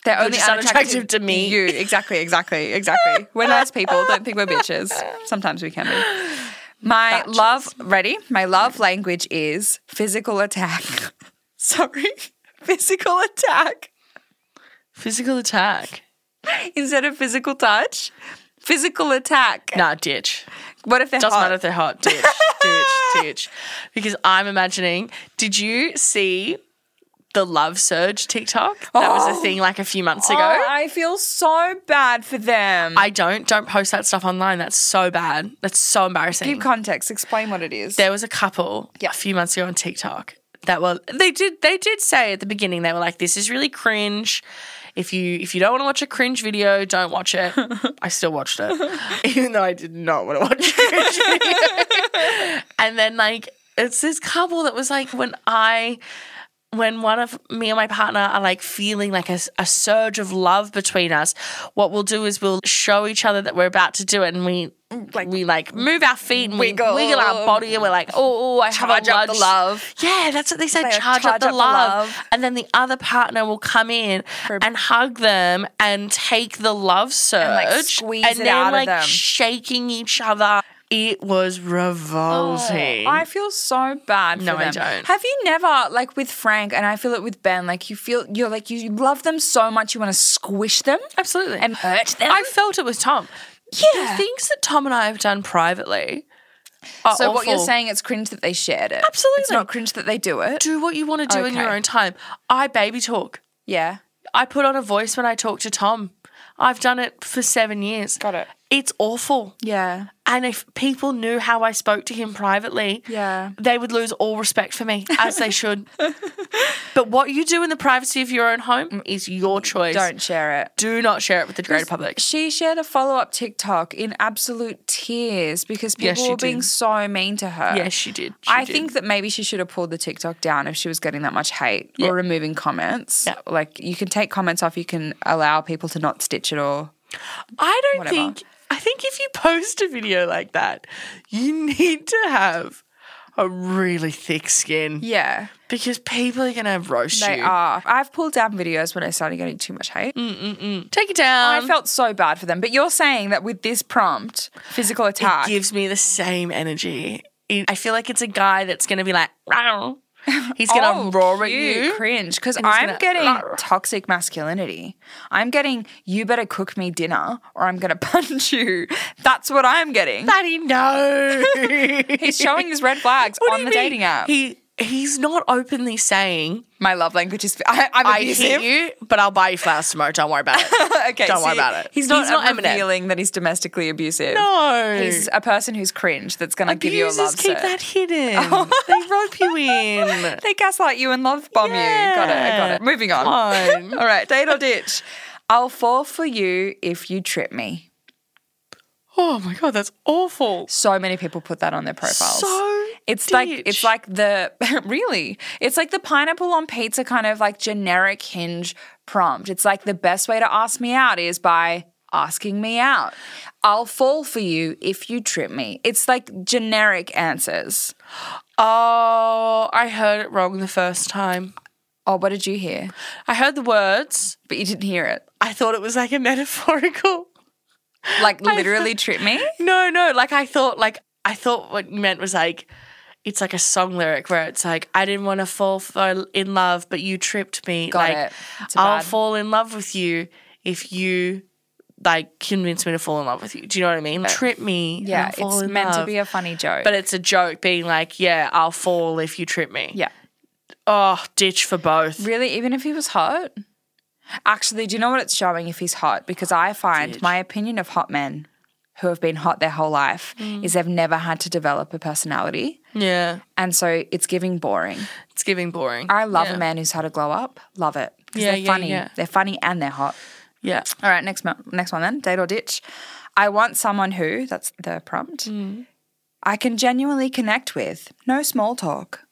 [SPEAKER 1] They're only
[SPEAKER 2] just unattractive to me.
[SPEAKER 1] You exactly, exactly, exactly. We're nice people. Don't think we're bitches.
[SPEAKER 2] [laughs]
[SPEAKER 1] Sometimes we can be. My
[SPEAKER 2] Batches.
[SPEAKER 1] love, ready? My love language is physical attack. [laughs] Sorry, physical attack.
[SPEAKER 2] Physical attack.
[SPEAKER 1] instead of physical touch, physical attack.
[SPEAKER 2] Nah, ditch.
[SPEAKER 1] What if they're
[SPEAKER 2] Doesn't
[SPEAKER 1] hot?
[SPEAKER 2] matter if they're hot. Ditch, [laughs] ditch, ditch. Because I'm imagining. Did you see the love surge TikTok? That was a thing like a few months ago.
[SPEAKER 1] Oh, I feel so bad for them.
[SPEAKER 2] I don't. Don't post that stuff online. That's so bad. That's so embarrassing.
[SPEAKER 1] Give context. Explain what it is.
[SPEAKER 2] there was a couple
[SPEAKER 1] Yeah.
[SPEAKER 2] a few months ago on TikTok that were they did they did say at the beginning they were like this is really cringe. If you if you don't want to watch a cringe video, don't watch [laughs] it. I still watched it, [laughs] even though I did not want to watch a cringe video. and then like it's this couple that was like when I when one of me and my partner are like feeling like a, a surge of love between us, what we'll do is we'll show each other that we're about to do it, and we like we like move our feet and
[SPEAKER 1] Wiggle.
[SPEAKER 2] we wiggle our body, and we're like, oh, oh, I
[SPEAKER 1] Charge
[SPEAKER 2] have a
[SPEAKER 1] up
[SPEAKER 2] lunge.
[SPEAKER 1] the love.
[SPEAKER 2] Yeah, that's what they said.
[SPEAKER 1] They are,
[SPEAKER 2] charge, up, the, love. and then the other partner will come in
[SPEAKER 1] For-
[SPEAKER 2] and hug them and take the love surge
[SPEAKER 1] like, squeeze
[SPEAKER 2] and
[SPEAKER 1] it
[SPEAKER 2] they're
[SPEAKER 1] out of
[SPEAKER 2] like
[SPEAKER 1] them.
[SPEAKER 2] shaking each other. It was revolting.
[SPEAKER 1] Oh, I feel so bad for
[SPEAKER 2] No, I
[SPEAKER 1] them.
[SPEAKER 2] don't.
[SPEAKER 1] Have you never, like with Frank, and I feel it with Ben, like you feel, you're like, you love them so much, you want to squish them
[SPEAKER 2] Absolutely.
[SPEAKER 1] and hurt them?
[SPEAKER 2] I felt it was Tom.
[SPEAKER 1] Yeah.
[SPEAKER 2] The things that Tom and I have done privately. Are
[SPEAKER 1] so what you're
[SPEAKER 2] awful.
[SPEAKER 1] saying, it's cringe that they shared it.
[SPEAKER 2] Absolutely.
[SPEAKER 1] It's not cringe that they do it.
[SPEAKER 2] Do what you want to do in
[SPEAKER 1] Okay.
[SPEAKER 2] your own time. I baby talk.
[SPEAKER 1] Yeah.
[SPEAKER 2] I put on a voice when I talk to Tom. I've done it for seven years.
[SPEAKER 1] Got it.
[SPEAKER 2] It's awful.
[SPEAKER 1] Yeah.
[SPEAKER 2] And if people knew how I spoke to him privately,
[SPEAKER 1] Yeah.
[SPEAKER 2] they would lose all respect for me, as
[SPEAKER 1] [laughs]
[SPEAKER 2] they should. but what you do in the privacy of your own home is your choice.
[SPEAKER 1] Don't share it.
[SPEAKER 2] Do not share it with the greater public.
[SPEAKER 1] She shared a follow up TikTok in absolute tears because
[SPEAKER 2] Yes,
[SPEAKER 1] people
[SPEAKER 2] she
[SPEAKER 1] were being
[SPEAKER 2] did.
[SPEAKER 1] so mean to her.
[SPEAKER 2] Yes, she did. She
[SPEAKER 1] I
[SPEAKER 2] did.
[SPEAKER 1] think that maybe she should have pulled the TikTok down if she was getting that much hate or removing comments.
[SPEAKER 2] Yeah.
[SPEAKER 1] Like you can take comments off, you can allow people to not stitch it or
[SPEAKER 2] I don't
[SPEAKER 1] Whatever.
[SPEAKER 2] think. I think if you post a video like that, you need to have a really thick skin
[SPEAKER 1] Yeah.
[SPEAKER 2] because people are gonna roast
[SPEAKER 1] They
[SPEAKER 2] you.
[SPEAKER 1] are. I've pulled down videos when I started getting too much hate.
[SPEAKER 2] Take it down.
[SPEAKER 1] I felt so bad for them. But you're saying that with this prompt, physical attack,
[SPEAKER 2] gives me the same energy. It- I feel like it's a guy that's gonna be like,
[SPEAKER 1] [laughs]
[SPEAKER 2] "Row." he's gonna
[SPEAKER 1] Oh,
[SPEAKER 2] roar at
[SPEAKER 1] cute,
[SPEAKER 2] you.
[SPEAKER 1] Cringe, because
[SPEAKER 2] he's
[SPEAKER 1] I'm
[SPEAKER 2] gonna-
[SPEAKER 1] getting
[SPEAKER 2] Rawr.
[SPEAKER 1] toxic masculinity. I'm getting you better cook me dinner or I'm gonna [laughs] punch you. That's what I'm getting. [laughs]
[SPEAKER 2] Daddy, no.
[SPEAKER 1] He's showing his red [laughs] flags
[SPEAKER 2] What do
[SPEAKER 1] on
[SPEAKER 2] you
[SPEAKER 1] the
[SPEAKER 2] mean?
[SPEAKER 1] dating app.
[SPEAKER 2] He he's not openly saying
[SPEAKER 1] My love language is I, I'm
[SPEAKER 2] I
[SPEAKER 1] abusive.
[SPEAKER 2] hate you, but I'll buy you flowers tomorrow. Don't worry about
[SPEAKER 1] [laughs]
[SPEAKER 2] it.
[SPEAKER 1] okay,
[SPEAKER 2] Don't worry
[SPEAKER 1] see,
[SPEAKER 2] about it.
[SPEAKER 1] He's not,
[SPEAKER 2] He's not
[SPEAKER 1] a-
[SPEAKER 2] Eminem.
[SPEAKER 1] revealing that he's domestically abusive.
[SPEAKER 2] no,
[SPEAKER 1] He's a person who's cringe that's gonna give you a
[SPEAKER 2] abusers
[SPEAKER 1] love
[SPEAKER 2] keep
[SPEAKER 1] serve.
[SPEAKER 2] that hidden.
[SPEAKER 1] [laughs]
[SPEAKER 2] they rope you in.
[SPEAKER 1] They gaslight you and love bomb you. Got it. Got
[SPEAKER 2] Yeah.
[SPEAKER 1] it. Moving on.
[SPEAKER 2] Fine.
[SPEAKER 1] [laughs] All right. Date or ditch. I'll fall for you if you trip me.
[SPEAKER 2] Oh my god, that's awful.
[SPEAKER 1] So many people put that on their profiles.
[SPEAKER 2] So
[SPEAKER 1] it's like
[SPEAKER 2] ditch.
[SPEAKER 1] it's like the [laughs] really it's like the pineapple on pizza kind of like generic hinge prompt. It's like the best way to ask me out is by asking me out. I'll fall for you if you trip me. It's like generic answers.
[SPEAKER 2] Oh, I heard it wrong the first time.
[SPEAKER 1] Oh, what did you hear?
[SPEAKER 2] I heard the words.
[SPEAKER 1] But you didn't hear it.
[SPEAKER 2] I thought it was like a [laughs] metaphorical.
[SPEAKER 1] Like
[SPEAKER 2] [laughs]
[SPEAKER 1] literally trip me?
[SPEAKER 2] No, no, like I thought like I thought what you meant was like it's like a song lyric where it's like I didn't want to fall for in love, but you tripped me.
[SPEAKER 1] Got
[SPEAKER 2] like
[SPEAKER 1] it. It's a
[SPEAKER 2] I'll
[SPEAKER 1] bad-
[SPEAKER 2] fall in love with you if you like convince me to fall in love with you. Do you know what I mean? Trip me. and
[SPEAKER 1] Yeah,
[SPEAKER 2] I'll fall
[SPEAKER 1] it's
[SPEAKER 2] in
[SPEAKER 1] meant to
[SPEAKER 2] love.
[SPEAKER 1] be a funny joke.
[SPEAKER 2] but it's a joke being like, yeah, I'll fall if you trip me.
[SPEAKER 1] yeah.
[SPEAKER 2] Oh, ditch for both.
[SPEAKER 1] Really, even if he was hot? Actually, do you know what it's showing if he's hot? Because I find my opinion of hot men who have been hot their whole life
[SPEAKER 2] Mm.
[SPEAKER 1] is they've never had to develop a personality.
[SPEAKER 2] Yeah.
[SPEAKER 1] And so it's giving boring.
[SPEAKER 2] It's giving boring.
[SPEAKER 1] I love
[SPEAKER 2] yeah.
[SPEAKER 1] a man who's had a glow up. Love it. 'Cause
[SPEAKER 2] Yeah,
[SPEAKER 1] they're
[SPEAKER 2] yeah,
[SPEAKER 1] funny.
[SPEAKER 2] yeah.
[SPEAKER 1] They're funny and they're hot.
[SPEAKER 2] Yeah.
[SPEAKER 1] All right, next mo- next one then. Date or ditch. I want someone who, that's the prompt,
[SPEAKER 2] Mm.
[SPEAKER 1] I can genuinely connect with. No small talk.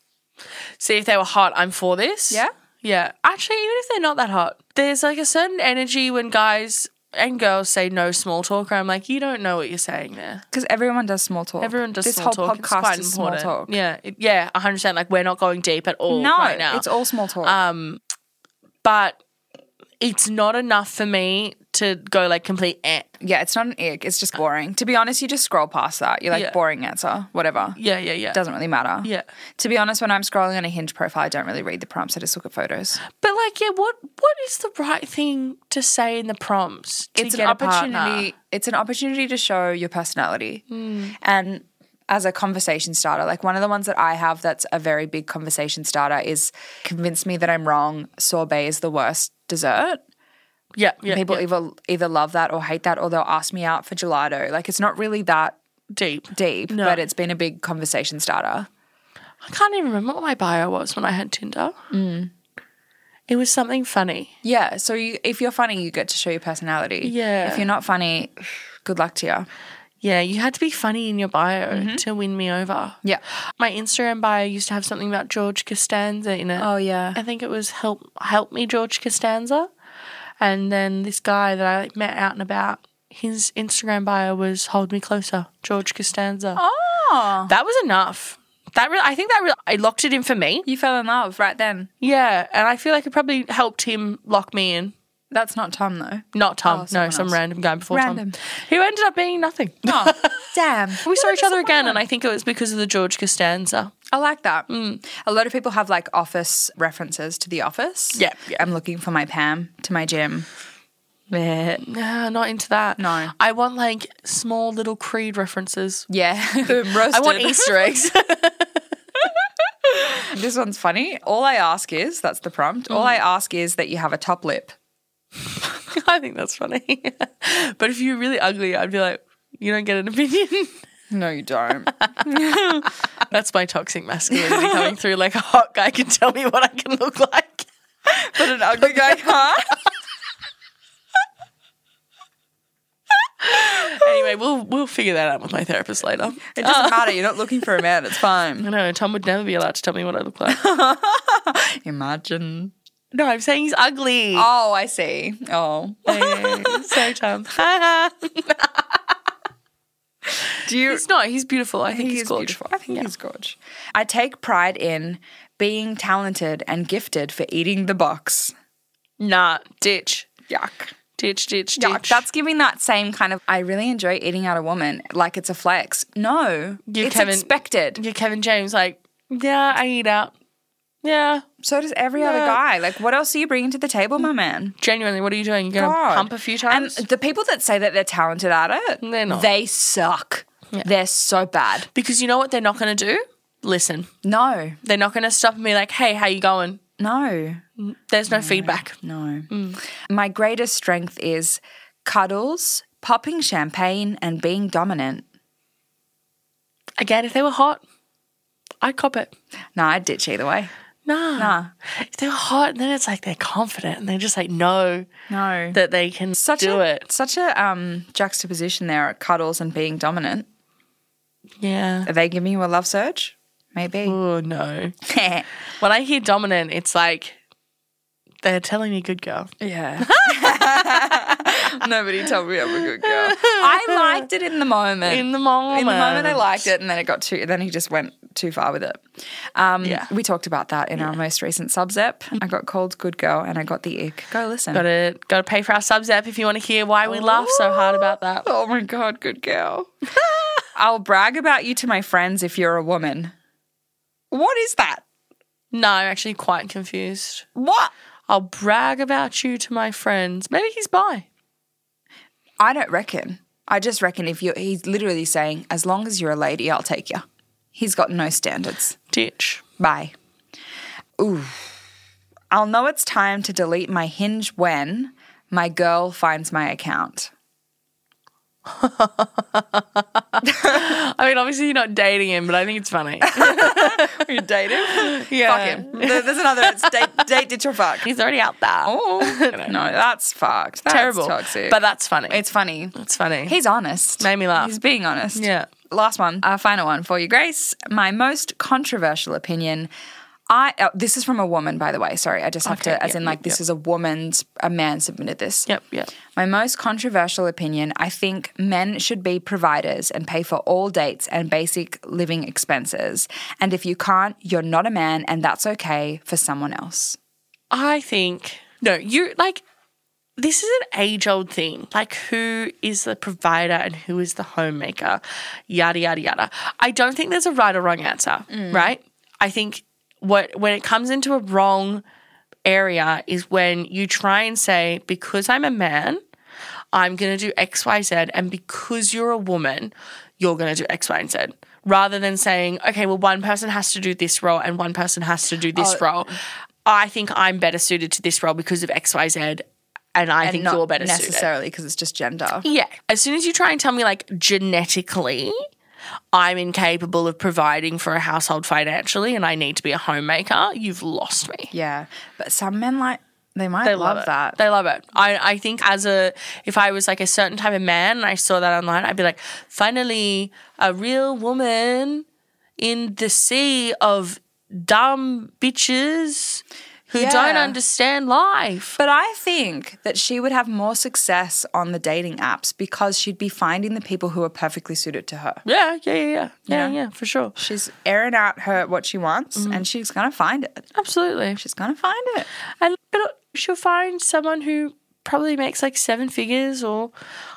[SPEAKER 2] See, if they were hot, I'm for this.
[SPEAKER 1] Yeah?
[SPEAKER 2] Yeah. Actually, even if they're not that hot, there's like a certain energy when guys and girls say no small talk, I'm like, you don't know what you're saying there.
[SPEAKER 1] Because everyone does small talk.
[SPEAKER 2] Everyone does
[SPEAKER 1] this
[SPEAKER 2] small
[SPEAKER 1] whole
[SPEAKER 2] talk. it's
[SPEAKER 1] podcast
[SPEAKER 2] quite
[SPEAKER 1] is small talk.
[SPEAKER 2] important. Yeah. It- yeah. 100%. Like, we're not going deep at all
[SPEAKER 1] No,
[SPEAKER 2] right now. Um,
[SPEAKER 1] it's all small talk.
[SPEAKER 2] but it's not enough for me to go like complete eh.
[SPEAKER 1] yeah, it's not an ick. It's just boring. To be honest, you just scroll past that. You're like,
[SPEAKER 2] Yeah.
[SPEAKER 1] boring answer, whatever.
[SPEAKER 2] Yeah. Yeah. Yeah.
[SPEAKER 1] Doesn't really matter.
[SPEAKER 2] Yeah.
[SPEAKER 1] To be honest, when I'm scrolling on a hinge profile, I don't really read the prompts. I just look at photos.
[SPEAKER 2] But like, yeah, what what is the right thing to say in the prompts? To
[SPEAKER 1] it's an
[SPEAKER 2] get a partner?
[SPEAKER 1] opportunity. It's an opportunity to show your personality
[SPEAKER 2] Mm.
[SPEAKER 1] and as a conversation starter. Like one of the ones that I have that's a very big conversation starter is convince me that I'm wrong. Sorbet is the worst dessert.
[SPEAKER 2] Yeah, yeah,
[SPEAKER 1] People
[SPEAKER 2] yeah.
[SPEAKER 1] either either love that or hate that, or they'll ask me out for gelato. Like it's not really that
[SPEAKER 2] deep.
[SPEAKER 1] deep, but it's been a big conversation starter.
[SPEAKER 2] I can't even remember what my bio was when I had Tinder.
[SPEAKER 1] Mm.
[SPEAKER 2] It was something funny.
[SPEAKER 1] Yeah. So you, if you're funny, you get to show your personality.
[SPEAKER 2] Yeah.
[SPEAKER 1] If you're not funny, good luck to you.
[SPEAKER 2] Yeah, you had to be funny in your bio
[SPEAKER 1] Mm-hmm.
[SPEAKER 2] to win me over.
[SPEAKER 1] Yeah.
[SPEAKER 2] My Instagram bio used to have something about George Costanza in it.
[SPEAKER 1] Oh yeah.
[SPEAKER 2] I think it was help help me George Costanza, and then this guy that I like, met out and about. His Instagram bio was "Hold me closer, George Costanza."
[SPEAKER 1] Oh.
[SPEAKER 2] That was enough. That re- I think that re- I locked it in for me.
[SPEAKER 1] You fell in love right then.
[SPEAKER 2] Yeah, and I feel like it probably helped him lock me in.
[SPEAKER 1] That's not Tom though.
[SPEAKER 2] Not
[SPEAKER 1] Oh,
[SPEAKER 2] Tom, no,
[SPEAKER 1] someone
[SPEAKER 2] some
[SPEAKER 1] else.
[SPEAKER 2] random guy before
[SPEAKER 1] Random.
[SPEAKER 2] Tom, who ended up
[SPEAKER 1] [laughs]
[SPEAKER 2] being nothing.
[SPEAKER 1] Oh, damn.
[SPEAKER 2] we saw each other again, and I think it was because of the George Costanza.
[SPEAKER 1] I like that. A lot of people have like office references to the office.
[SPEAKER 2] Yeah, yeah.
[SPEAKER 1] I'm looking for my Pam to my gym. Yeah.
[SPEAKER 2] Nah, not into that.
[SPEAKER 1] No.
[SPEAKER 2] I want like small little Creed references. [laughs]
[SPEAKER 1] Yeah. [laughs] Boom, roasted.
[SPEAKER 2] I want Easter eggs.
[SPEAKER 1] [laughs] Mm. This one's funny. All I ask is that's the prompt. All I ask is that you have a top lip.
[SPEAKER 2] I think that's funny. [laughs] but if you're really ugly, I'd be like, you don't get an opinion. [laughs]
[SPEAKER 1] No, you [laughs] don't.
[SPEAKER 2] that's my toxic
[SPEAKER 1] [laughs]
[SPEAKER 2] masculinity coming through. Like a hot guy can tell me what I can look like. [laughs]
[SPEAKER 1] but an ugly [laughs] guy can't.
[SPEAKER 2] Anyway, we'll we'll figure that out with my therapist later.
[SPEAKER 1] It [laughs] doesn't matter. You're not looking for a man. It's fine.
[SPEAKER 2] I know Tom would never be allowed to tell me what I look like.
[SPEAKER 1] [laughs] Imagine.
[SPEAKER 2] no, I'm saying he's ugly.
[SPEAKER 1] Oh, I see. Oh. [laughs]
[SPEAKER 2] [laughs] so Tom.
[SPEAKER 1] Do you
[SPEAKER 2] He's not. He's beautiful. I, think,
[SPEAKER 1] think
[SPEAKER 2] he's,
[SPEAKER 1] he's
[SPEAKER 2] gorgeous.
[SPEAKER 1] beautiful. I think he's gorgeous. I take pride in being talented and gifted for eating the box.
[SPEAKER 2] Nah, ditch,
[SPEAKER 1] Yuck.
[SPEAKER 2] ditch, ditch, ditch.
[SPEAKER 1] Yuck. That's giving that same kind of I really enjoy eating out a woman like it's a flex. No,
[SPEAKER 2] You
[SPEAKER 1] it's
[SPEAKER 2] haven't-
[SPEAKER 1] expected.
[SPEAKER 2] Your Kevin James, like, yeah, I eat out. Yeah,
[SPEAKER 1] So does every other
[SPEAKER 2] No.
[SPEAKER 1] guy. Like, what else are you bringing to the table, my man?
[SPEAKER 2] genuinely, what are you doing? You're gonna
[SPEAKER 1] God.
[SPEAKER 2] pump a few
[SPEAKER 1] And
[SPEAKER 2] times.
[SPEAKER 1] the people that say that they're talented at it,
[SPEAKER 2] They're not.
[SPEAKER 1] They suck. They're so bad.
[SPEAKER 2] because you know what they're not gonna do? Listen,
[SPEAKER 1] No,
[SPEAKER 2] they're not gonna stop and be like, hey, how you going?
[SPEAKER 1] no,
[SPEAKER 2] There's no feedback.
[SPEAKER 1] no.
[SPEAKER 2] Mm.
[SPEAKER 1] My greatest strength is cuddles, popping champagne, and being dominant.
[SPEAKER 2] Again, if they were hot, I'd cop it.
[SPEAKER 1] No, I'd ditch either way.
[SPEAKER 2] Nah.
[SPEAKER 1] Nah,
[SPEAKER 2] If they were hot, then it's like they're confident and they just like know
[SPEAKER 1] no.
[SPEAKER 2] that they can
[SPEAKER 1] such
[SPEAKER 2] do
[SPEAKER 1] a,
[SPEAKER 2] it.
[SPEAKER 1] Such a um, juxtaposition there at cuddles and being dominant.
[SPEAKER 2] Yeah.
[SPEAKER 1] Are they giving you a love surge? Maybe.
[SPEAKER 2] Oh no.
[SPEAKER 1] [laughs] yeah.
[SPEAKER 2] When I hear dominant, it's like they're telling me good girl. [laughs]
[SPEAKER 1] Nobody told me I'm a good girl.
[SPEAKER 2] [laughs]
[SPEAKER 1] I liked it in the moment.
[SPEAKER 2] In the moment.
[SPEAKER 1] In the moment, I liked it, and then it got too. Then he just went too far with it. Um,
[SPEAKER 2] Yeah.
[SPEAKER 1] we talked about that in our most recent subzep. I got called good girl, and I got the ick. Go listen.
[SPEAKER 2] Got to got to pay for our subs app if you want to hear why we laugh so hard about that.
[SPEAKER 1] [laughs] Oh my god, good girl. I'll brag about you to my friends if you're a woman. What is that?
[SPEAKER 2] No, I'm actually quite confused.
[SPEAKER 1] What?
[SPEAKER 2] I'll brag about you to my friends. Maybe he's bi.
[SPEAKER 1] I don't reckon. I just reckon if you he's literally saying, as long as you're a lady, I'll take you. He's got no standards.
[SPEAKER 2] Ditch.
[SPEAKER 1] Bye. Ooh. I'll know it's time to delete my hinge when my girl finds my account.
[SPEAKER 2] I mean, obviously you're not dating him, but I think
[SPEAKER 1] [laughs]
[SPEAKER 2] it's funny.
[SPEAKER 1] You date him?
[SPEAKER 2] yeah.
[SPEAKER 1] Fuck him. There- There's another. It's date, date, ditch or
[SPEAKER 2] [laughs]
[SPEAKER 1] fuck.
[SPEAKER 2] He's already out there. [laughs]
[SPEAKER 1] Oh no, that's fucked. That's
[SPEAKER 2] Terrible.
[SPEAKER 1] Toxic.
[SPEAKER 2] But that's funny. It's,
[SPEAKER 1] it's funny.
[SPEAKER 2] funny.
[SPEAKER 1] He's honest.
[SPEAKER 2] Made me laugh.
[SPEAKER 1] He's being honest.
[SPEAKER 2] Yeah.
[SPEAKER 1] Last one, our final one for you, Grace. My most controversial opinion. I oh, this is from a woman, by the way. Sorry, I just have
[SPEAKER 2] Okay,
[SPEAKER 1] to, as
[SPEAKER 2] yep,
[SPEAKER 1] in like
[SPEAKER 2] yep,
[SPEAKER 1] this
[SPEAKER 2] yep.
[SPEAKER 1] is a woman's. A man submitted this.
[SPEAKER 2] yep, yep.
[SPEAKER 1] My most controversial opinion. I think men should be providers and pay for all dates and basic living expenses. And if you can't, you're not a man, and that's okay for someone else.
[SPEAKER 2] I think no, you like this is an age old thing. Like who is the provider and who is the homemaker? Yada yada yada. I don't think there's a right or wrong answer, right? I think what when it comes into a wrong area is when you try and say because I'm a man, I'm going to do X, Y, Z. And because you're a woman, you're going to do X, Y, and Z. Rather than saying, okay, well, one person has to do this role and one person has to do this role. I think I'm better suited to this role because of X, Y, Z. And I think
[SPEAKER 1] Not
[SPEAKER 2] you're better suited.
[SPEAKER 1] necessarily because it's just gender.
[SPEAKER 2] Yeah. As soon as you try and tell me, like, genetically, I'm incapable of providing for a household financially and I need to be a homemaker, you've lost me.
[SPEAKER 1] Yeah, but some men like they might love,
[SPEAKER 2] it.
[SPEAKER 1] that.
[SPEAKER 2] They love it. I, I think as a if I was like a certain type of man and I saw that online, I'd be like, finally, a real woman in the sea of dumb bitches who
[SPEAKER 1] Yeah.
[SPEAKER 2] don't understand life.
[SPEAKER 1] But I think that she would have more success on the dating apps because she'd be finding the people who are perfectly suited to her.
[SPEAKER 2] Yeah, yeah, yeah, yeah, yeah, yeah, for sure.
[SPEAKER 1] She's airing out her what she wants,
[SPEAKER 2] Mm.
[SPEAKER 1] and she's gonna find it.
[SPEAKER 2] Absolutely.
[SPEAKER 1] She's gonna find it.
[SPEAKER 2] And but she'll find someone who probably makes like seven figures or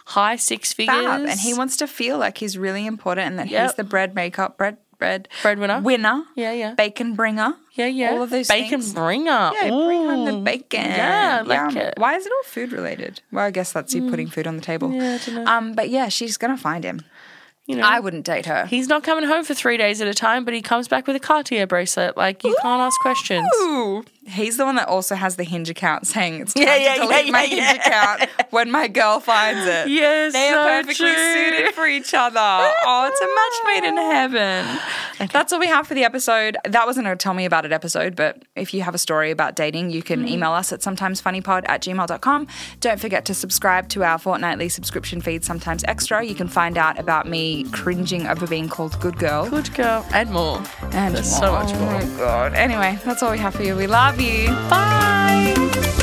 [SPEAKER 2] high six figures.
[SPEAKER 1] Fab. And he wants to feel like he's really important and that he's
[SPEAKER 2] Yep.
[SPEAKER 1] the bread makeup, bread, bread,
[SPEAKER 2] Breadwinner.
[SPEAKER 1] winner,
[SPEAKER 2] Yeah, yeah.
[SPEAKER 1] bacon bringer.
[SPEAKER 2] yeah, yeah.
[SPEAKER 1] all of those
[SPEAKER 2] bacon
[SPEAKER 1] things.
[SPEAKER 2] bringer.
[SPEAKER 1] Yeah, bring home the
[SPEAKER 2] Ooh.
[SPEAKER 1] bacon.
[SPEAKER 2] Yeah, I like
[SPEAKER 1] Yum.
[SPEAKER 2] it. Mm.
[SPEAKER 1] Why is it all food related? Well, I guess that's you putting food on the table.
[SPEAKER 2] Yeah, I dunno.
[SPEAKER 1] Um, but yeah, she's gonna find him.
[SPEAKER 2] You know,
[SPEAKER 1] I wouldn't date her.
[SPEAKER 2] He's not coming home for three days at a time, but he comes back with a Cartier bracelet. Like you can't ask questions.
[SPEAKER 1] Ooh, he's the one that also has the Hinge account saying it's time
[SPEAKER 2] [laughs] Yeah, yeah,
[SPEAKER 1] to delete
[SPEAKER 2] yeah,
[SPEAKER 1] my
[SPEAKER 2] yeah,
[SPEAKER 1] Hinge account when my girl finds it.
[SPEAKER 2] Yes,
[SPEAKER 1] They
[SPEAKER 2] so
[SPEAKER 1] are perfectly
[SPEAKER 2] true.
[SPEAKER 1] suited for each other. Oh, it's a match made in heaven. That's all we have for the episode. That wasn't a tell me about it episode, but if you have a story about dating, you
[SPEAKER 2] Mm.
[SPEAKER 1] can email us at sometimesfunnypod at gmail.com. Don't forget to subscribe to our fortnightly subscription feed, Sometimes Extra. You can find out about me cringing over being called good girl.
[SPEAKER 2] Good girl. And more.
[SPEAKER 1] And
[SPEAKER 2] There's so much
[SPEAKER 1] Oh
[SPEAKER 2] more.
[SPEAKER 1] my God. Anyway, that's all we have for you. We love you.
[SPEAKER 2] Bye.